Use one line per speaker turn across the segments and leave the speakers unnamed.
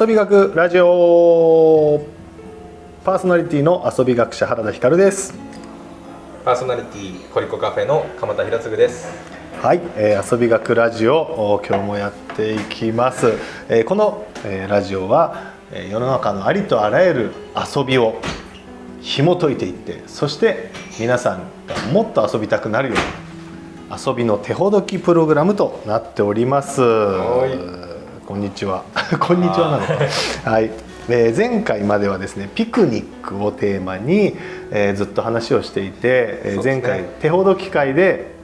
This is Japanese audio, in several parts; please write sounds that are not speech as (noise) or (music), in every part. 遊び学ラジオパーソナリティの遊び学者原田光です
パーソナリティコリコカフェの鎌田博次です
はい、えー遊び学ラジオお今日もやっていきます、えーこの、えーラジオは、えー世の中のありとあらゆる遊びを紐解いていってそして皆さんがもっと遊びたくなるような遊びの手ほどきプログラムとなっております
はい
こんにちは (laughs) こんにちはなのかはい、えー前回まではですねピクニックをテーマに、えーずっと話をしていて、えー
そうです
前
ね
回手ほどき会で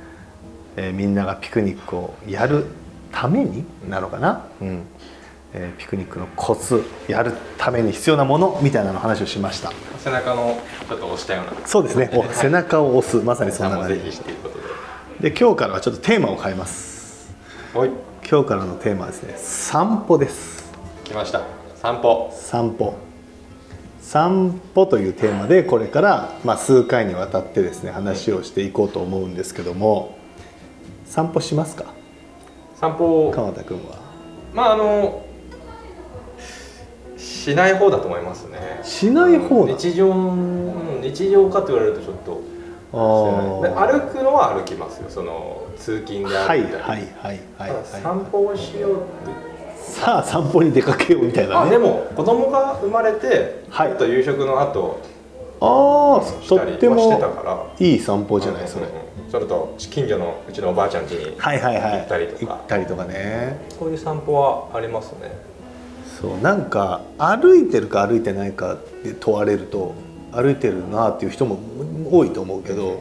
えーみんながピクニックをやるためになのかな、うんえーピクニックのコツやるために必要なものみたいなの話をしました
背中のちょっと押したような
そうですねお背中を押すまさにそんな
も
感
ぜ
じ
ひしていうことで
で今日からはちょっとテーマを変えます
はい
今日からのテーマはですね散歩です
来ました散歩
散歩散歩というテーマでこれから、まあ、数回にわたってですね話をしていこうと思うんですけども散歩しますか
散歩
鎌田君は
まああのしない方だと思いますね
しない方なの
日常うん日常かと言われるとちょっと
あ
で
ー
歩くのは歩きますよその通勤で
は
歩
い
いたり、
はいはいはい、
た
は
だ
い、
散歩をしようって
さあ散歩に出かけようみたいな
あ
ね
でも子供が生まれて、
はい
ちょっと夕食の後
ああ
した
と
り
って
はしてた
も
から
いい散歩じゃないそれ、
うんうんうんそれと近所のうちのおばあちゃん家に
はいはいはい
行ったりとか
行ったりとかね
そういう散歩はありますね
そうなんか歩いてるか歩いてないかで問われると歩いてるなっていう人も多いと思うけど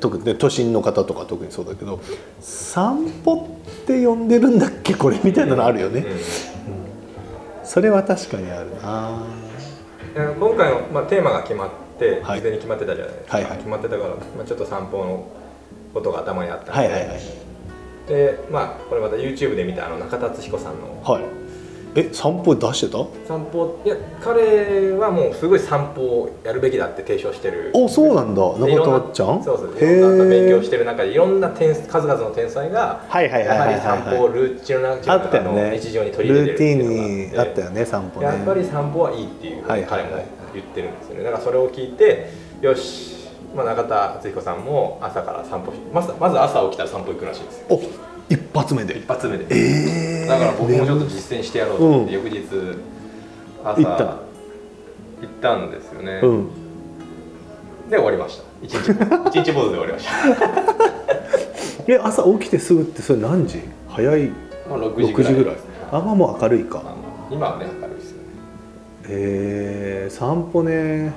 特にね都心の方とか特にそうだけど散歩って呼んでるんだっけこれみたいなのあるよね、それは確かにあるな
うん今回の、まあ、テーマが決まって
はい
事前に決まってたじゃないですか、
はいはい
決まってたから、まあ、ちょっと散歩のことが頭にあったん
は
で,、
いはいはい
でまあこれまた YouTube で見たあの中田敦彦さんの
はいえ散歩出してた
散歩いや彼はもうすごい散歩をやるべきだって提唱してる
おそうなんだ
でいろんな
中田ちゃん
そうそう
へー
いろんな勉強してる中でいろんな天数々の天才が
はいはいは
や
い
は
はい
り散歩をルーチンの
あ
中
ったよ
の
ね
日常に取り入れ
ルー
て
テ
る
ィ
ってい
ン
う
に
のが
あ
あっ
った
て
よね散歩ね
やっぱり散歩はいいっていうふう
はい
に
はい
彼
はい
も言ってるんですよねだからそれを聞いてよし、まあ、中田敦彦さんも朝から散歩しまずまず朝起きたら散歩行くらしいですよ
お一発目で
一発目で、
えー
だから僕もちょっと実践してやろうと思って、
う
翌日朝
行った
行ったんですよね、
うん
で終わりました一日
(laughs)
一日坊主で終わりました
え朝起きてすぐってそれ何時早い
も
6
う6
時
時ぐ
ぐら
らい
い
ですね
あまあもう明るい
あ
か
の今はね明るいですよね
えー、散歩ね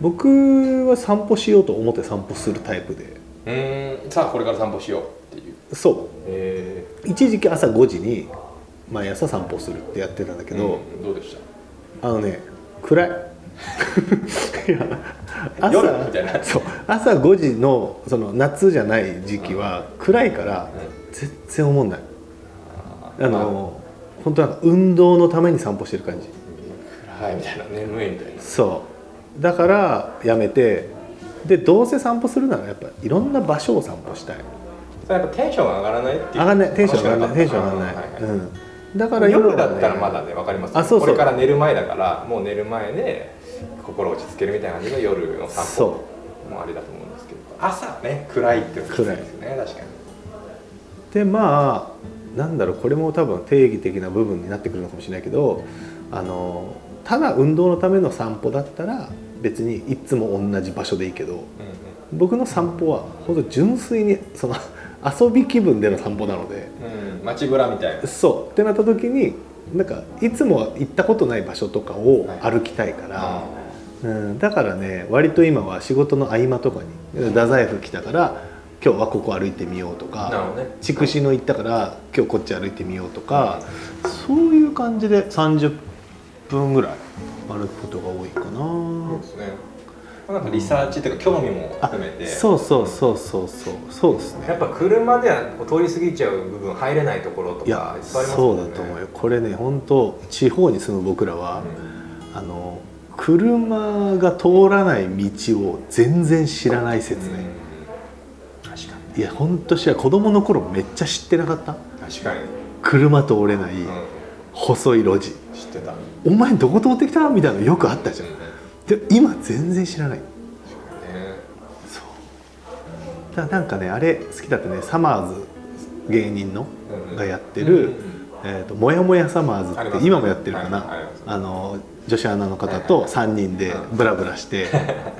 僕は散歩しようと思って散歩するタイプで
うーんさあこれから散歩しようっていう
そ
ええ
う一時期朝5時に毎朝散歩するってやってたんだけど、
うんどうでした
あのね暗い (laughs) いや
夜みたいな
そう朝5時のその夏じゃない時期は暗いから
う
全然思んないあの本当なんか運動のために散歩してる感じ
暗いみたいな眠いみたいな
そうだからやめてでどうせ散歩するならやっぱいろんな場所を散歩したい
それやっぱテンションが上がらないっていう
上がんないテンション上がらないテンション上が
上
らな
が
い、
ら
うん、だから
ない
はね
夜だったらまだね分かります
あそうそう
これから寝る前だからもう寝る前で心落ち着けるみたいな感じの夜の散
そ
歩もありだと思うんですけど朝ね暗いってことですよね確かに
でまあなんだろうこれも多分定義的な部分になってくるのかもしれないけどあのただ運動のための散歩だったら別にいつも同じ場所でいいけど
うんうん
僕の散歩は本当純粋にその遊び気分での散歩なので
うん、街ぶらみたいな
そうってなった時になんかいつもは行ったことない場所とかを歩きたいから、うん、だからね割と今は仕事の合間とかに太宰府来たから今日はここ歩いてみようとか。
なるほどね
筑紫野行ったから今日こっち歩いてみようとか、そういう感じで30分ぐらい歩くことが多いかな、
そうですねなんかリサーチっていうか興味も
あ
含めて
そうそうそうそうそうそうですね
やっぱ車では通り過ぎちゃう部分入れないところとか
い
いっ
や
ぱいあります
そうだと思うよこれね本当地方に住む僕らは、あの車が通らない道を全然知らない説ね、
確か
いやほんとしら子供の頃めっちゃ知ってなかった
に確かに、
車通れない、
うん、
細い路地
知ってた、うん
お前どこ通ってきたみたいなのよくあったじゃんで今全然知らない
ね、
そうだからなんかねあれ好きだったねサマーズ芸人の
うんうん
がやって
うんうんう
る
ん
「えーともやもやサマーズ」
あり
っ
ま
て
す
今もやってるかな
はいあります
あの女子アナの方
はい
と
はい
3人で
うん
ブラブラして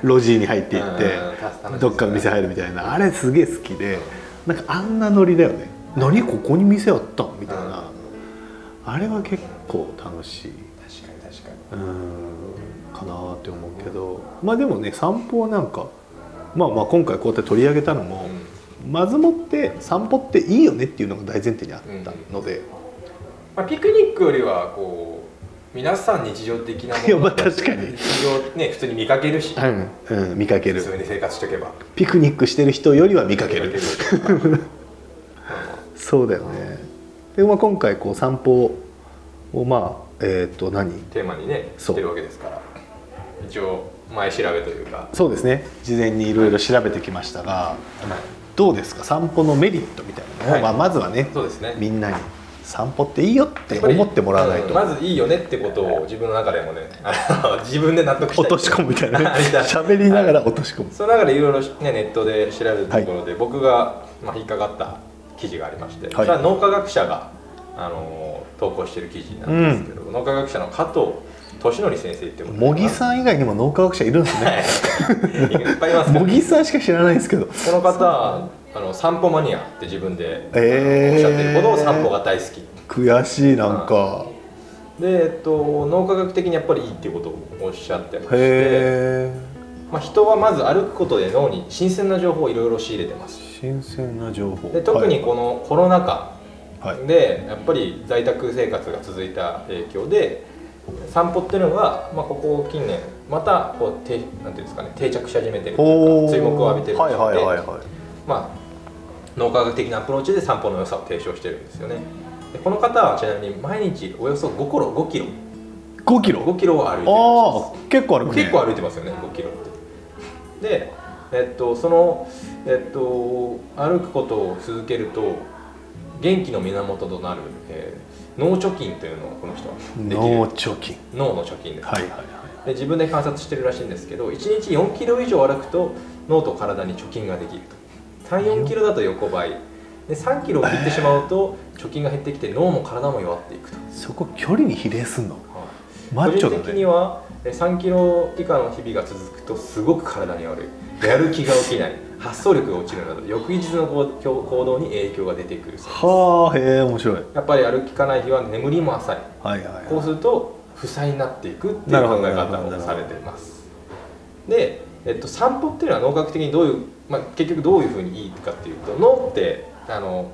路地に入っていっ
うん楽しいです
て
ね
どっかの店入るみたいなあれすげえ好きでなんかあんなノリだよね「何ここに店あったん?」みたいなあれは結構楽しい。
確かに確かに
うーんかなーって思うけどまあでもね散歩はなんか、まあ、まあ今回こうやって取り上げたのも、まずもって散歩っていいよねっていうのが大前提にあったので、
まあ、ピクニックよりはこう皆さん日常的なも
(laughs)
の
いやまあ確かに
日常ね普通に見かけるし、
うんうん見かけ
普通
る
に生活しておけば
ピクニックしてる人よりは見かける
見か
そうだよねで、まあ、今回こう散歩をまあえっ、と何
テーマにね
(laughs) そう
してるわけですから一応前調べというか、
そうですね事前にいろいろ調べてきましたがどうですか散歩のメリットみたいなのを、
はい
まあ、まずはね
そうですね
みんなに散歩っていいよって
やぱり
思ってもらわないと
うんまずいいよねってことを自分の中でもねあの自分で納得したい
落とし込むみたいなね
(laughs) あれだ
喋りながら落とし込む
その中でいろいろねネットで調べるところで、僕が、まあ、引っかかった記事がありまして、
い
それは脳科学者が、あのー投稿してる記事なんですけど、脳科学者の加藤俊則先生ってこと
茂木さん以外にも脳科学者いるんですね
んいっぱいいますけど
茂木さんしか知らないですけど
この方はあの散歩マニアって自分で、
えー
おっしゃってるほど散歩が大好き
悔しいなんか
で、えっと、脳科学的にやっぱりいいっていうことをおっしゃってまして、
へえ
まあ、人はまず歩くことで脳に新鮮な情報をいろいろ仕入れてます
新鮮な情報
で特にこのコロナ禍
はい、はい
でやっぱり在宅生活が続いた影響で散歩っていうのが、まあ、ここ近年またこうてなんていうんですかね定着し始めてるという
お
か
ー
注目を浴びてるら
はい
しくて
はいはいはい
まあ、脳科学的なアプローチで散歩の良さを提唱してるんですよねでこの方はちなみに毎日およそ5キロ5キロ
5キロ
5キロは歩いてるらしいです
ああ結構あるね
結構歩いてますよね5キロってでえっとそのえっと歩くことを続けると元気の源となる、えー脳貯金というのをこの人はでき
脳
る
貯金
脳の貯金です、
はいはいはい
で自分で観察してるらしいんですけど1日4キロ以上歩くと脳と体に貯金ができると34キロだと横ばいで3キロを切ってしまうと貯金が減ってきて脳も体も弱っていくと、
そこ距離に比例すんの
はい
マッチョ
個人
だ
的に
ね
はえ3キロ以下の日々が続くとすごく体に悪いやる気が起きない発想力が落ちるなど翌日の行行動に影響が出てくるそうです
はあへえ面白いはい
やっぱり歩きかない日は眠りも浅い
はいはい
こうすると負債になっていくっていう考え方をされていますで、えっと、散歩っていうのは脳科学的にどういう、まあ、結局どういうふうにいいかっていうと脳ってあの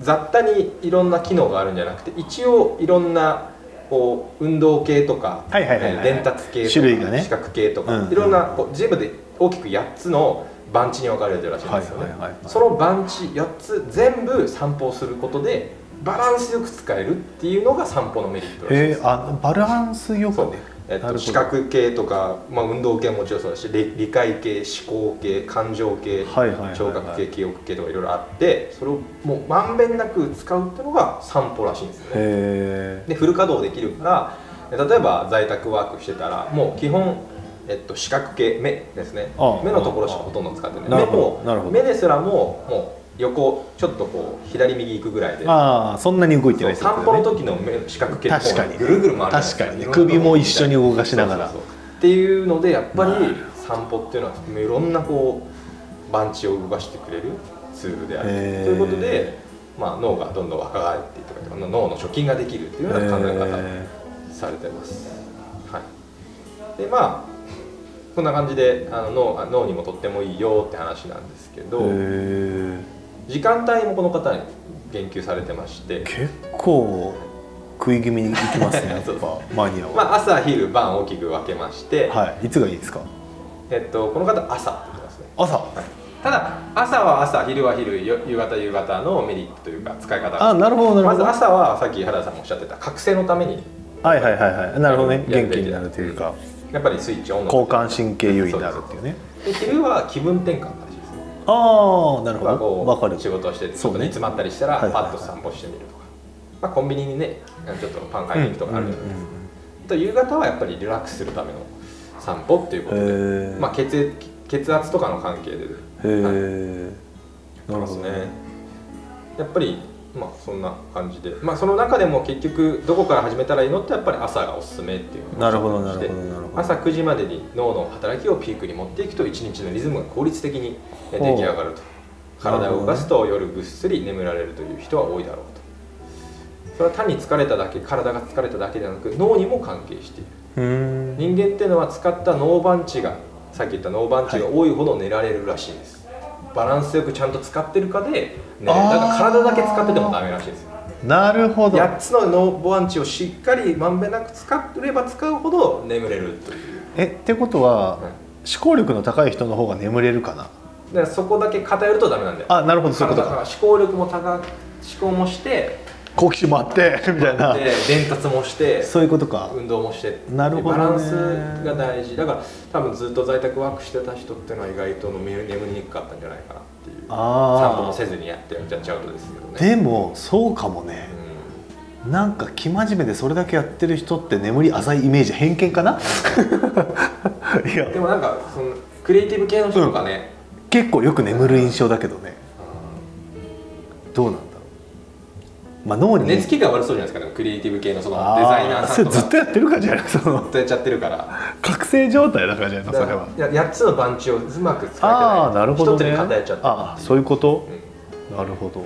雑多にいろんな機能があるんじゃなくて一応いろんなこう運動系とか、
はいはいはいはい
伝達系とか
種類がね
視覚系とか、
うんうん
いろんなこう全部で大きく8つの番地に分かれてるらしいんですよ
はい
ね、
はいはいはい
その番地8つ全部散歩をすることでバランスよく使えるっていうのが散歩のメリットらしいで
へ
す
えあバランスよく
そう
ね
えっ
なるほ
と、
ど
視覚系とか、まあ、運動系ももちろんそうだし理理解系思考系感情系、
はいはいはいはい
聴覚系記憶系とかいろいろあってそれをもうまんべんなく使うっていうのが散歩らしいんですよね
へえ
でフル稼働できるから例えば在宅ワークしてたらもう基本、えっと、視覚系目ですね
ああ
目のところしかほとんど使ってない
な
目
るほどなるほ
も
ど
目ですらももう横ちょっとこう左右行くぐらいで
ああそんなに動いて
そ
な
う
いってこ
散
と
歩
だ
の
ね
時の目視覚系
確かに
ぐるぐる回る
確かに
いろんなとこ
首も一緒に動かしながら
そうそうそうっていうのでやっぱり
なる
散歩っていうのはいろんなこう番地を動かしてくれるツールであると
へー
いうことで、まあ、脳がどんどん若返っていくとか脳の貯金ができるっていうような考え方
へ
されてます、はい、でまあこんな感じであの脳あ脳にもとってもいいよって話なんですけど
え
時間帯もこの方に言及されてまして
結構食い気味にいきますねやっ
(laughs) そうそ
ぱマニアは、
まあ、朝昼晩大きく分けまして、
はいいつがいいですか
えっと、この方朝って言ってますね
朝
ただ朝は朝昼は昼よ夕方夕方のメリットというか使い方
あ
が
なるほどな
ま
るほ
ず
ど
朝はさっき原田さんもおっしゃってた覚醒のために
はいはいはいはいなるほどね
やる
元
べ
気
き
になるというか
やっぱりスイッチオンの
交感神経優位になるっていうね
で昼は気分転換らしいですね
ああなるほど
こ
わかる
う仕事をしててちょ
そ
っ
う
と
ね
煮詰まったりしたら
は
パ
いはいはい
ッと散歩してみるとか、まあ、コンビニにねちょっとパン買いに行くとかあるじゃないですか、と夕方はやっぱりリラックスするための散歩っていうことで、
え
まあ、血液血圧とかの関係で
へえ、
はい
なる
ます
ほど
ねやっぱりまあそんな感じで、まあ、その中でも結局どこから始めたらいいのってやっぱり朝がおすすめっていうのを
なるほどな
教え
る
て
ほ
まし
ど
て
なるほど
朝9時までに脳の働きをピークに持っていくと一日のリズムが効率的にえ
ほう
出来上がると
な
体
るほど
を
ね
動かすと夜ぐっすり眠られるという人は多いだろうとそれは単に疲れただけ体が疲れただけではなく脳にも関係している
うーん
人間っていうのは使った脳番地がさっき言った脳番地が多いほど寝られるらしいです、バランスよくちゃんと使ってるかで寝れるだから体だけ使っててもダメらしいですよ
なるほど
8つの脳番地をしっかりまんべんなく使ってれば使うほど眠れるという
えってことは、
はい
思考力の高い人の方が眠れるかな
だからそこだけ偏るとダメなんだよ
あなるほどそういうこと
体が
か
思考力も高く思考もして
好奇心もあって (laughs) みたいな
で伝達もして
そういうことか
運動もして
なるほどね
バランスが大事だから多分ずっと在宅ワークしてた人っていうのは意外と眠りにくかったんじゃないかなっていう散歩
あ
もせ
あ
ずにやってやっちゃうとですけど
で
ね
もそうかもね
う
なんか生真面目でそれだけやってる人って眠り浅いイメージ偏見かな (laughs) いや
んでもなんかそのクリエイティブ系の人とかね、
結構よく眠る印象だけどねどうなんだろうまあ脳
うん
に
寝つきが悪そうじゃないですかでもクリエイティブ系のその
あー
デザイナーさんと
そ
か
れずっとやってるからじゃない (laughs) その
ずっとやっちゃってるから
覚醒状態だからじゃないのそれは
だからや8つの番地をうまく使えてない
ああなるほどね
一つに偏っちゃった
ああそういうこと
う、ん
なるほど
っ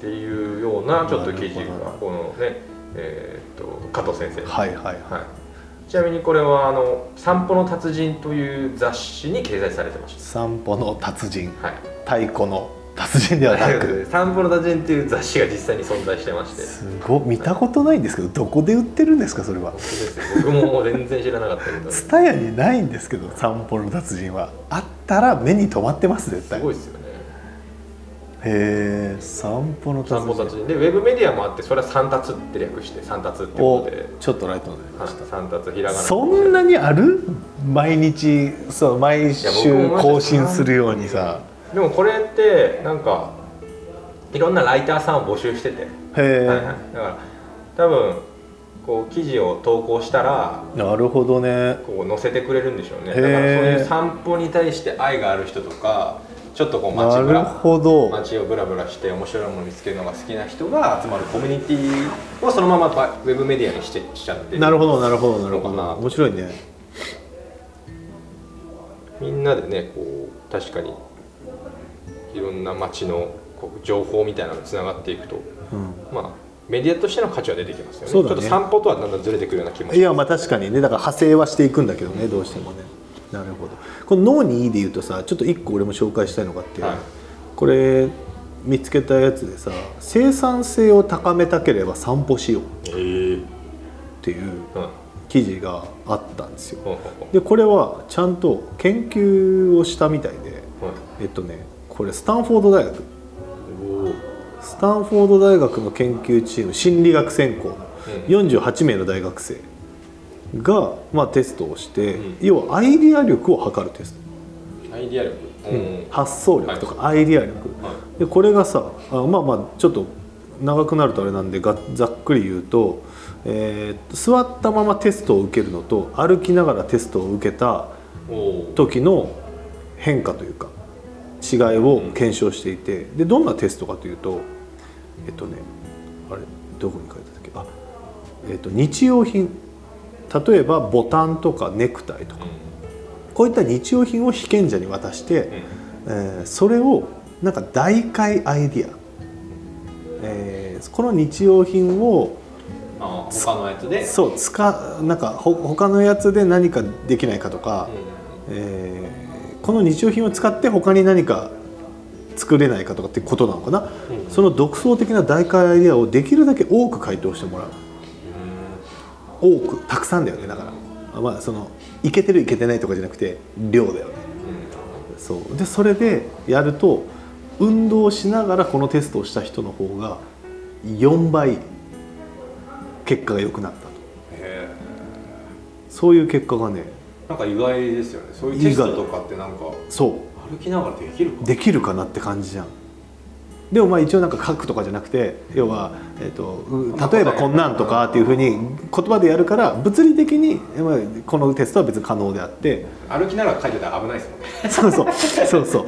ていうようなちょっと記事
なるほ
がこのねえーっと加藤先生
はいはいはい
はいちなみにこれはあの「散歩の達人」という雑誌に掲載されてまし
散歩の達人
たはい
太鼓の達人ではなく
(laughs) 散歩の達人」という雑誌が実際に存在してまして
すごい見たことないんですけどどこで売ってるんですかそれは
僕ももう全然知らなかったけどす
蔦屋にないんですけど散歩の達人はあったら目に留まってます絶対
ご
へ
いですよね
え散歩の達
散歩
人
達人でウェブメディアもあってそれは「三達」って略して「三達」ってこ
を
とで
ちょっとライトになりました
はい三達ひらがな
そんなにある毎日そう毎
いや
週
僕も
更新するようにさ
でもこれってなんかいろんなライターさんを募集してて
へえ、
はいはい、だから多分こう記事を投稿したら
なるほどね
こう載せてくれるんでしょうね
へ
だ
ー
からそういう散歩に対して愛がある人とかちょっとこう街
な
ぶ
る
ら
ほど
街をブラブラして面白いものを見つけるのが好きな人が集まるコミュニティをそのままばウェブメディアにしてしちゃって
なるほどなるほどなるほ
そうかな
ど面白いね
みんなでねこう確かにいろんな街のこう情報みたいなのにつながっていくと
うん
まあメディアとしての価値は出てきますよね
そうだ
ち
ね
ょっと散歩とはだんだんずれてくるような気もします
いやまあ確かにねだから派生はしていくんだけどねどうしてもねなるほどこの脳にいいで言うとさちょっと一個俺も紹介したいのがあって、
はい
これ見つけたやつでさ生産性を高めたければ散歩しようっ
えー
ていう
うん
記事があったんですよ
ほうほうほ
でこれはちゃんと研究をしたみたいで
うはい
えっとねこれスタンフォード大学
おー
スタンフォード大学の研究チーム心理学専攻の48名の大学生が、まあ、テストをして、
うん
要はアイディア力を測るテス
アイディア力
ト、
うん
発想力とかアイディア力、
はい
でこれがさあまあまあちょっと長くなるとあれなんでがざっくり言うと,、えーっと座ったままテストを受けるのと歩きながらテストを受けた
おお
時の変化というか違いを検証していてでどんなテストかというとえっとねあれどこに書いてあったっけあ、えっと、日用品例えばボタンとかネクタイとかこういった日用品を被験者に渡して、えーそれをなんか代替アイディア、えーこの日用品を
あー他のやつで
そうつかなんかほ他のやつで何かできないかとか、えーこの日用品を使って他に何か作れないかとかってことなのかな、
うん
その独創的な大会アイデアをできるだけ多く回答してもらう多くたくさんだよねだからまあそのいけてるいけてないとかじゃなくて量だよねそうでそれでやると運動しながらこのテストをした人の方が4倍結果が良くなったと
へ
そういう結果がね
えんか意外ですよねそういうテストとかってなんか
そ
歩きながらできる
う
か
できるかなって感じじゃんでもまあ一応なんか書くとかじゃなくて要は、えっとう例えばこんなんとかっていうふうに言葉でやるから物理的にまあこのテストは別に可能であって
歩きながら書いてたら危ないですもんね
そうそうそうそう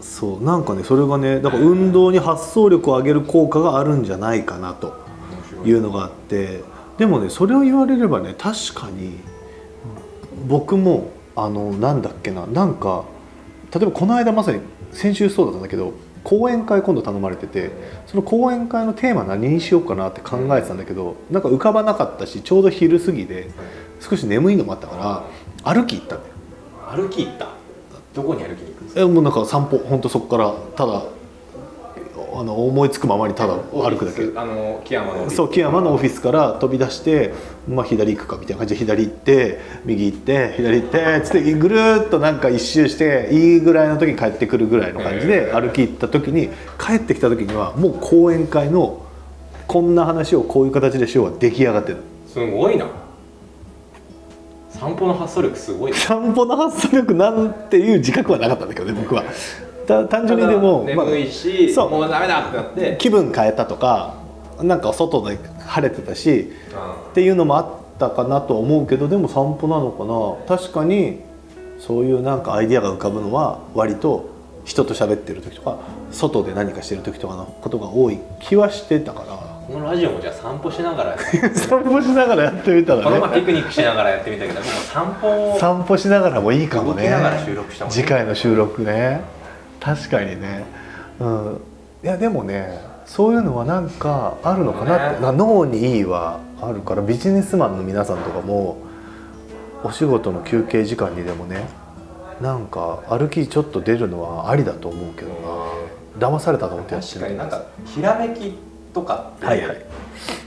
そうなんかねそれがねだから運動に発想力を上げる効果があるんじゃないかなというのがあってでもねそれを言われればね確かに僕もあのなんだっけななんか例えばこの間まさに先週そうだったんだけど講演会今度頼まれててその講演会のテーマ何にしようかなって考えてたんだけどなんか浮かばなかったしちょうど昼過ぎで少し眠いのもあったから歩き行ったんだよ
歩き行ったどこに歩きに行くんですか
えもうなんか散歩ほんとそこからただあの思いつくままにただ歩くだけ
オフィスあの木山のオフィス
そう木山のオフィスから飛び出して、まあ、左行くかみたいな感じで左行って右行って左行ってつってぐるーっとなんか一周していいぐらいの時に帰ってくるぐらいの感じで
へー
歩き行った時に帰ってきた時にはもう講演会のこんな話をこういう形でしようが出来上がってる
すごいな散歩の発想力すごいな
散歩の発想力なんていう自覚はなかったんだけどね僕は。た単純にでも
ただ
まあ
眠いし、
そう
もうダメだってなって、
気分変えたとかなんか外で晴れてたし
あ
っていうのもあったかなとは思うけどでも散歩なのかな確かにそういうなんかアイディアが浮かぶのは割と人と喋ってる時とか外で何かしてる時とかのことが多い気はしてたか
このラジオもじゃあ散歩しながら
ら (laughs) 散歩しながらやってみた
この
ら
前
ね
ピクニックしながらやってみたけどもう散歩を
散歩しながらもいいかも
動き
ね
ながら収録したもんね
次回の収録ね確かにねうんいやでもねそういうのはなんかあるのかなって、
ね
な脳にいいはあるからビジネスマンの皆さんとかもお仕事の休憩時間にでもねなんか歩きちょっと出るのはありだと思うけどな騙されたと思ってやって
確か
る
になんかひらめきとかって、
はいはい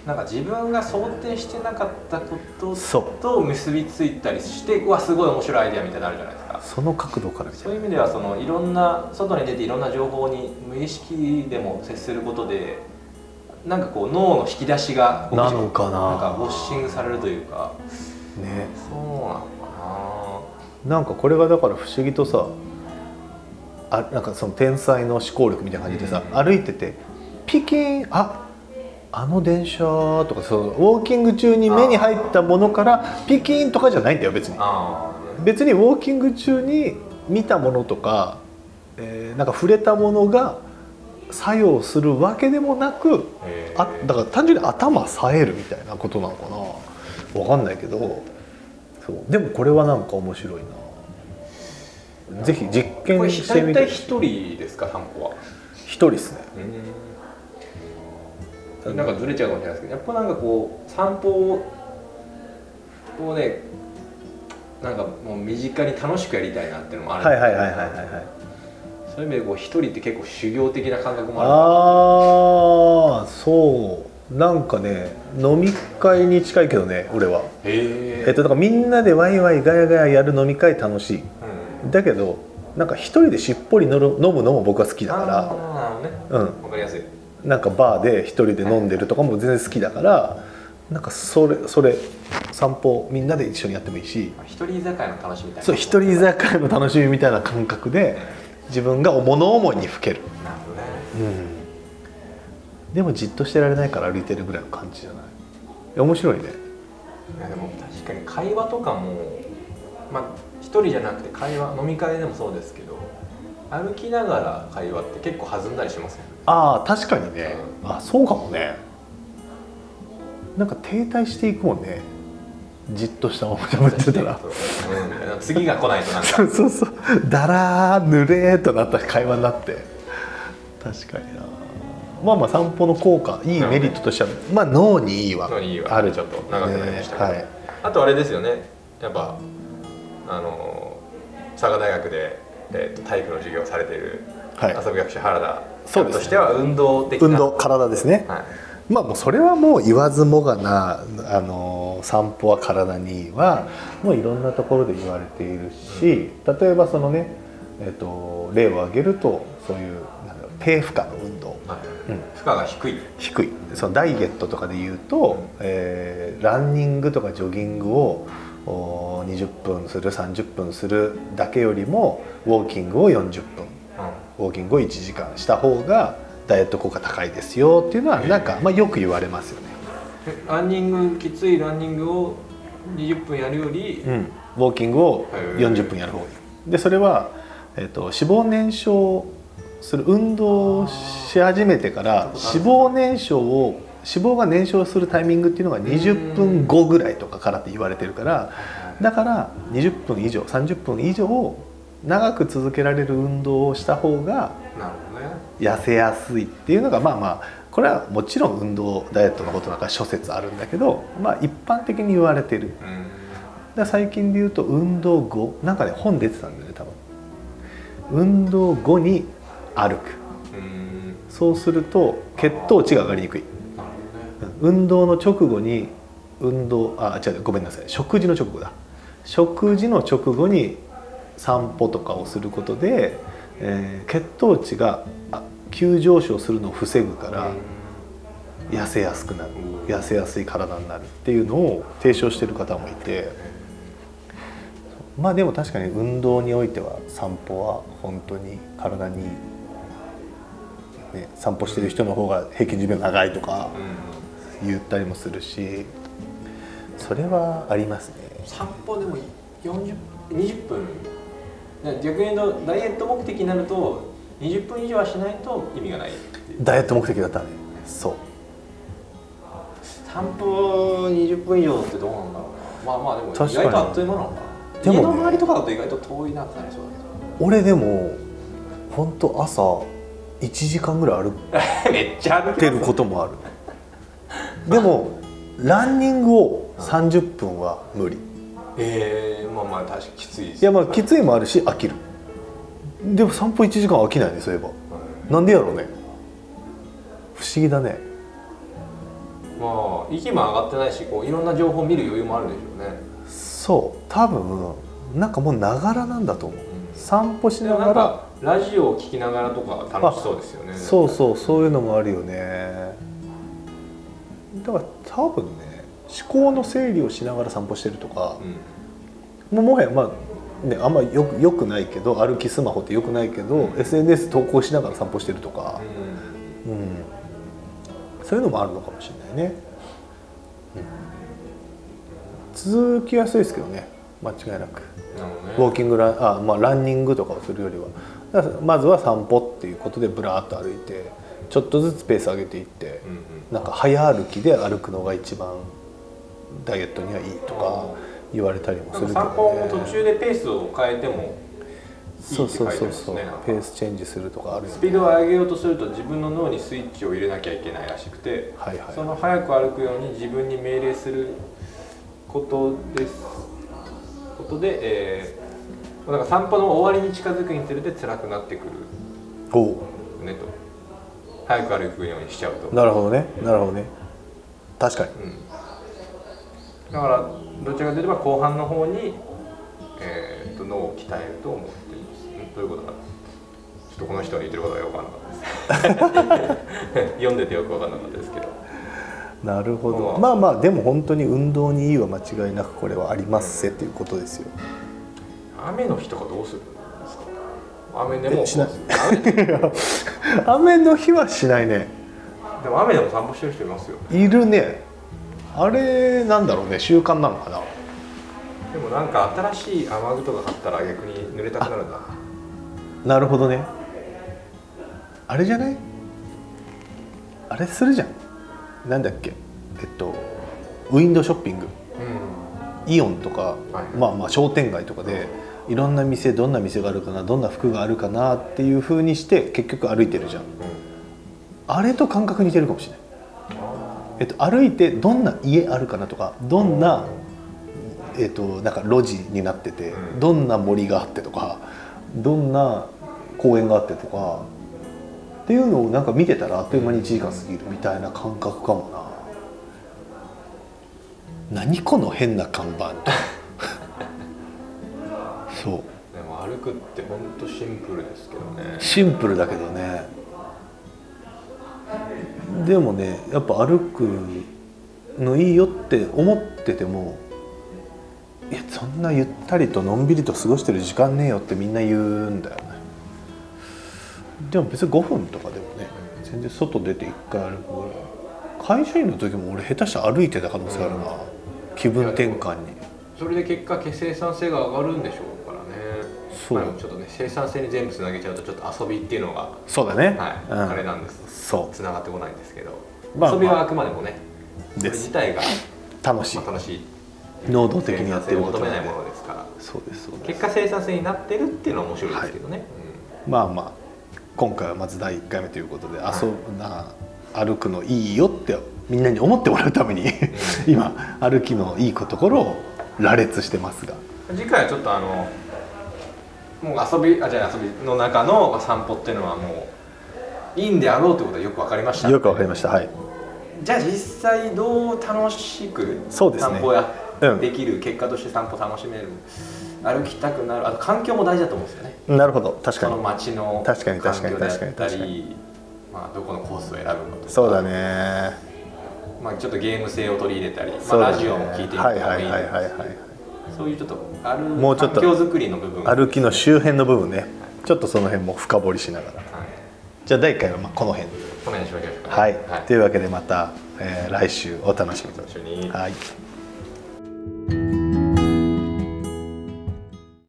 なんか自分が想定してなかったこと
そう
と結びついたりしてうわすごい面白いアイデアみたいなのあるじゃないですか
その角度から見て
そういう意味ではそのいろんな外に出ていろんな情報に無意識でも接することでなんかこう脳の引き出しが
なのかなん
かウォッシングされるというか
ね
そうなのか
なんかこれがだから不思議とさあなんかその天才の思考力みたいな感じでさ、
うん
歩いててピキーンああの電車とかそのウォーキング中に目に入ったものからピキーンとかじゃないんだよ別に
なあー
別にウォーキング中に見たものとか、えーなんか触れたものが作用するわけでもなく
えー
あだから単純に頭冴えるみたいなことなのかなわかんないけどそうでもこれはなんか面白いなぜひ実
こ
験
れ
して
大
みて
体
一
一人ですか散歩は
人ですね
なんかずれちゃうかもしれないですけどやっぱなんかこう散歩をこうねなんかもう身近に楽しくやりたいなっていうのもあるん
はい
ですけ
は
ど
いはいはいはいはい
そういう意味でこう一人って結構修行的な感覚もある
ああそうなんかね飲み会に近いけどね俺は
へ
えっとだからみんなでワイワイガヤガヤやる飲み会楽しい
うん、
だけどなんか一人でしっぽりのる飲むのも僕は好きだか
あーなるほ
らうん
どねわかりやすい
なんかバーで一人で飲んでるとかも全然好きだからなんかそれそれ散歩みんなで一緒にやってもいいし
一人居酒屋の楽しみみたいな
そう一人居酒屋の楽しみみたいな感覚で自分が物思いにふける、
なるほどね
でもじっとしてられないから歩いてるぐらいの感じじゃないいや面白いね
いやでも確かに会話とかもまあ一人じゃなくて会話飲み会でもそうですけど歩きながら会話って結構弾んだりしますよね
ああ確かにねあそうかもねなんか停滞していくもんねじっとしたまま喋ってたら
うん次が来ないとなんか
(laughs) そうそうそうだらーぬれーっとなった会話になって確かになまあまあ散歩の効果いいメリットとしては、まあ脳にいいは
のにいいわ
ある
ちょっと長くなりましたけど、
ねはい
あとあれですよねやっぱあの佐賀大学で、えー、と体育の授業をされている
はい
遊び学者原田さ
そうんですね
としては運動的な、
運動体ですね、
はい
まあもうそれはもう言わずもがなあの散歩は体にいいはもういろんなところで言われているし、例えばそのね、えっと例を挙げるとそういうなんだろう低負荷の運動
はい
うん
負荷が低い
低いそのダイエットとかで言うと、えーランニングとかジョギングをおー20分する30分するだけよりもウォーキングを40分
う
ウォーキングを1時間した方がダイエット効果高いですよっていうのはなんか、まあ、よく言われますよね、
ランニングきついランニングを20分やるより、
うん、ウォーキングを40分やる方がいいでそれは、えっと脂肪燃焼する運動をし始めてから
あー
脂肪燃焼を脂肪が燃焼するタイミングっていうのが20分後ぐらいとかからって言われてるからだから20分以上30分以上長く続けられる運動をした方が
なるほどね
痩せやすいっていうのがまあまあこれはもちろん運動ダイエットのことなんか諸説あるんだけど、まあ、一般的に言われてる
うん
だから最近で言うと運動後なんかね本出てたんだよね多分運動後に歩く
うん
そうすると血糖値が上がりにくい
なるほどね
運動の直後に運動あ違うごめんなさい食事の直後だ食事の直後に散歩とかをすることで、えー血糖値があ急上昇するのを防ぐから痩せやすくなる
うん
痩せやすい体になるっていうのを提唱してる方もいてまあでも確かに運動においては散歩は本当に体にいい、ね、散歩してる人の方が平均寿命長いとか。
うん
言ったりもするしそれはありますね
散歩でも40 20分ね逆に言うとダイエット目的になると20分以上はしないと意味がないっていう
ダイエット目的だったねそう
散歩20分以上ってどうなんだろうなまあまあでも
確
意
かに
外とあっという間なのかな
でもね
家の周りとかだと意外と遠いなってなりそう
俺でも本当朝1時間ぐらい歩い
だけどめっちゃ歩
てることもあるでもランニングを30分は無理
ええまあまあ確かにきついで
いやまあきついもあるし飽きるでも散歩1時間飽きないねそういえばなんでやろうね不思議だね
まあ息も上がってないしこういろんな情報見る余裕もあるでしょうね
そう多分なんかもうながらなんだと思う散歩し
で
な
もな
が
ん
ら
かラジオを聞きながらとか楽しそうですよね
そう
う
そうそういうのもあるよねだから多分ね思考の整理をしながら散歩してるとか
ん
もうもはやまあねあんまよくよくないけど歩きスマホってよくないけど、SNS 投稿しながら散歩してるとか、うんそういうのもあるのかもしれないね、うん続きやすいですけどね間違いなく
うんなるほどね
ウォーキングランあ、まあ、ランニングとかをするよりはだからまずは散歩っていうことでぶらーっと歩いてちょっとずつペース上げていって
うんうん
なんか早歩きで歩くのが一番ダイエットにはいいとか言われたりも
な
す
ん
る
か
けど、ね、
散歩も途中でペースを変えてもい
そ
いうって
そ
書いうてあり
そう
ます
そう
ね
ペースチェンジするとかあるよ
スピ
ね
ードを上げようとすると自分の脳にスイッチを入れなきゃいけないらしくて
はいはい
その早く歩くように自分に命令することですことで、えーなんか散歩の終わりに近づくにつれて辛くなってくる
おお
ねと早く歩くようにしちゃうと、うん、だ
なるほどねなるほどね確かに
からどちらかといえば後半の方に、えー、と脳を鍛えると思ってますんどういうことかなちょっとこの人の言ってることがよくわかんなかったです読んでてよくわかんなかったですけど
なるほど
うん
まあまあでも本当に運動にいいは間違いなくこれはありますせっていうことですよ
雨の日とかどうするんですか雨でも
えしない
雨 (laughs)
雨の日はしないね
でも雨でも散歩してる人いますよ
いるねあれなんだろうね習慣なのかな
でもなんか新しい雨具とか買ったら逆に濡れたくなるな
なるほどねあれじゃないあれするじゃんなんだっけえっとウィンドウショッピング
うん
イオンとか、
はい
まあまあ商店街とかでいろんな店どんな店があるかなどんな服があるかなっていう風にして結局歩いてるじゃんあれと感覚似てるかもしれない、えっと、歩いてどんな家あるかなとかどんな、えっと、なんか路地になってて、
うん
どんな森があってとかどんな公園があってとかっていうのをなんか見てたらあっという間に1時間過ぎるみたいな感覚かもな何この変な看
(laughs)
板そう
でも歩くってほんとシンプルですけどね
シンプルだけどねでもねやっぱ歩くのいいよって思っててもいやそんなゆったりとのんびりと過ごしてる時間ねえよってみんな言うんだよねでも別に5分とかでもね全然外出て1回歩くぐらい会社員の時も俺下手したら歩いてた可能性あるな、気分転換に
それで結果生産性が上がるんでしょうからね
そう
まあでもちょっとね生産性に全部つなげちゃうとちょっと遊びっていうのが、は
そうだね、
い
うん、
あれなんです
そ
つながってこないんですけど、
まあ
遊びはあくまでもね
う
それ
です
自体が、
楽しい
まあ、楽しい
能動的にやってる
生
こと
産性を求めない
んで
ものですから
そうですそうです
結果生産性になってるっていうのは面白いですけどね、
まあまあ今回はまず第1回目ということで、
い
遊ぶな歩くのいいよってみんなに思ってもらうために今歩きのいいところを羅列してますが
うん次回はちょっとあのもう遊びあじゃあ遊びの中のまあ散歩っていうのはもういいんであろうということはよくわかりました
よくわかりましたはい
じゃあ実際どう楽しく
そうですね
散歩や
うん
できる、結果として散歩楽しめる歩きたくなるあと環境も大事だと思うんですよね
なるほど確か
そ
に
の街の環
確かに確かに
境だ
確
った
かに確か
りまあどこのコースを選ぶのとか
そうだね
まあ、ちょっとゲーム性を取り入れたり、ま
そ
あ、
うだね
ラジオも聞いてみた
はい
り
はいはいはいはい
そういうちょっとある
もうちょっと
環境づくりの部分
歩きの周辺の部分ねちょっとその辺も深掘りしながら
はい
じゃあ第1回はまあこの辺で
この辺にしましょうか
はい、
はい
というわけでまた、えー来週お楽しみ
一緒に
にはい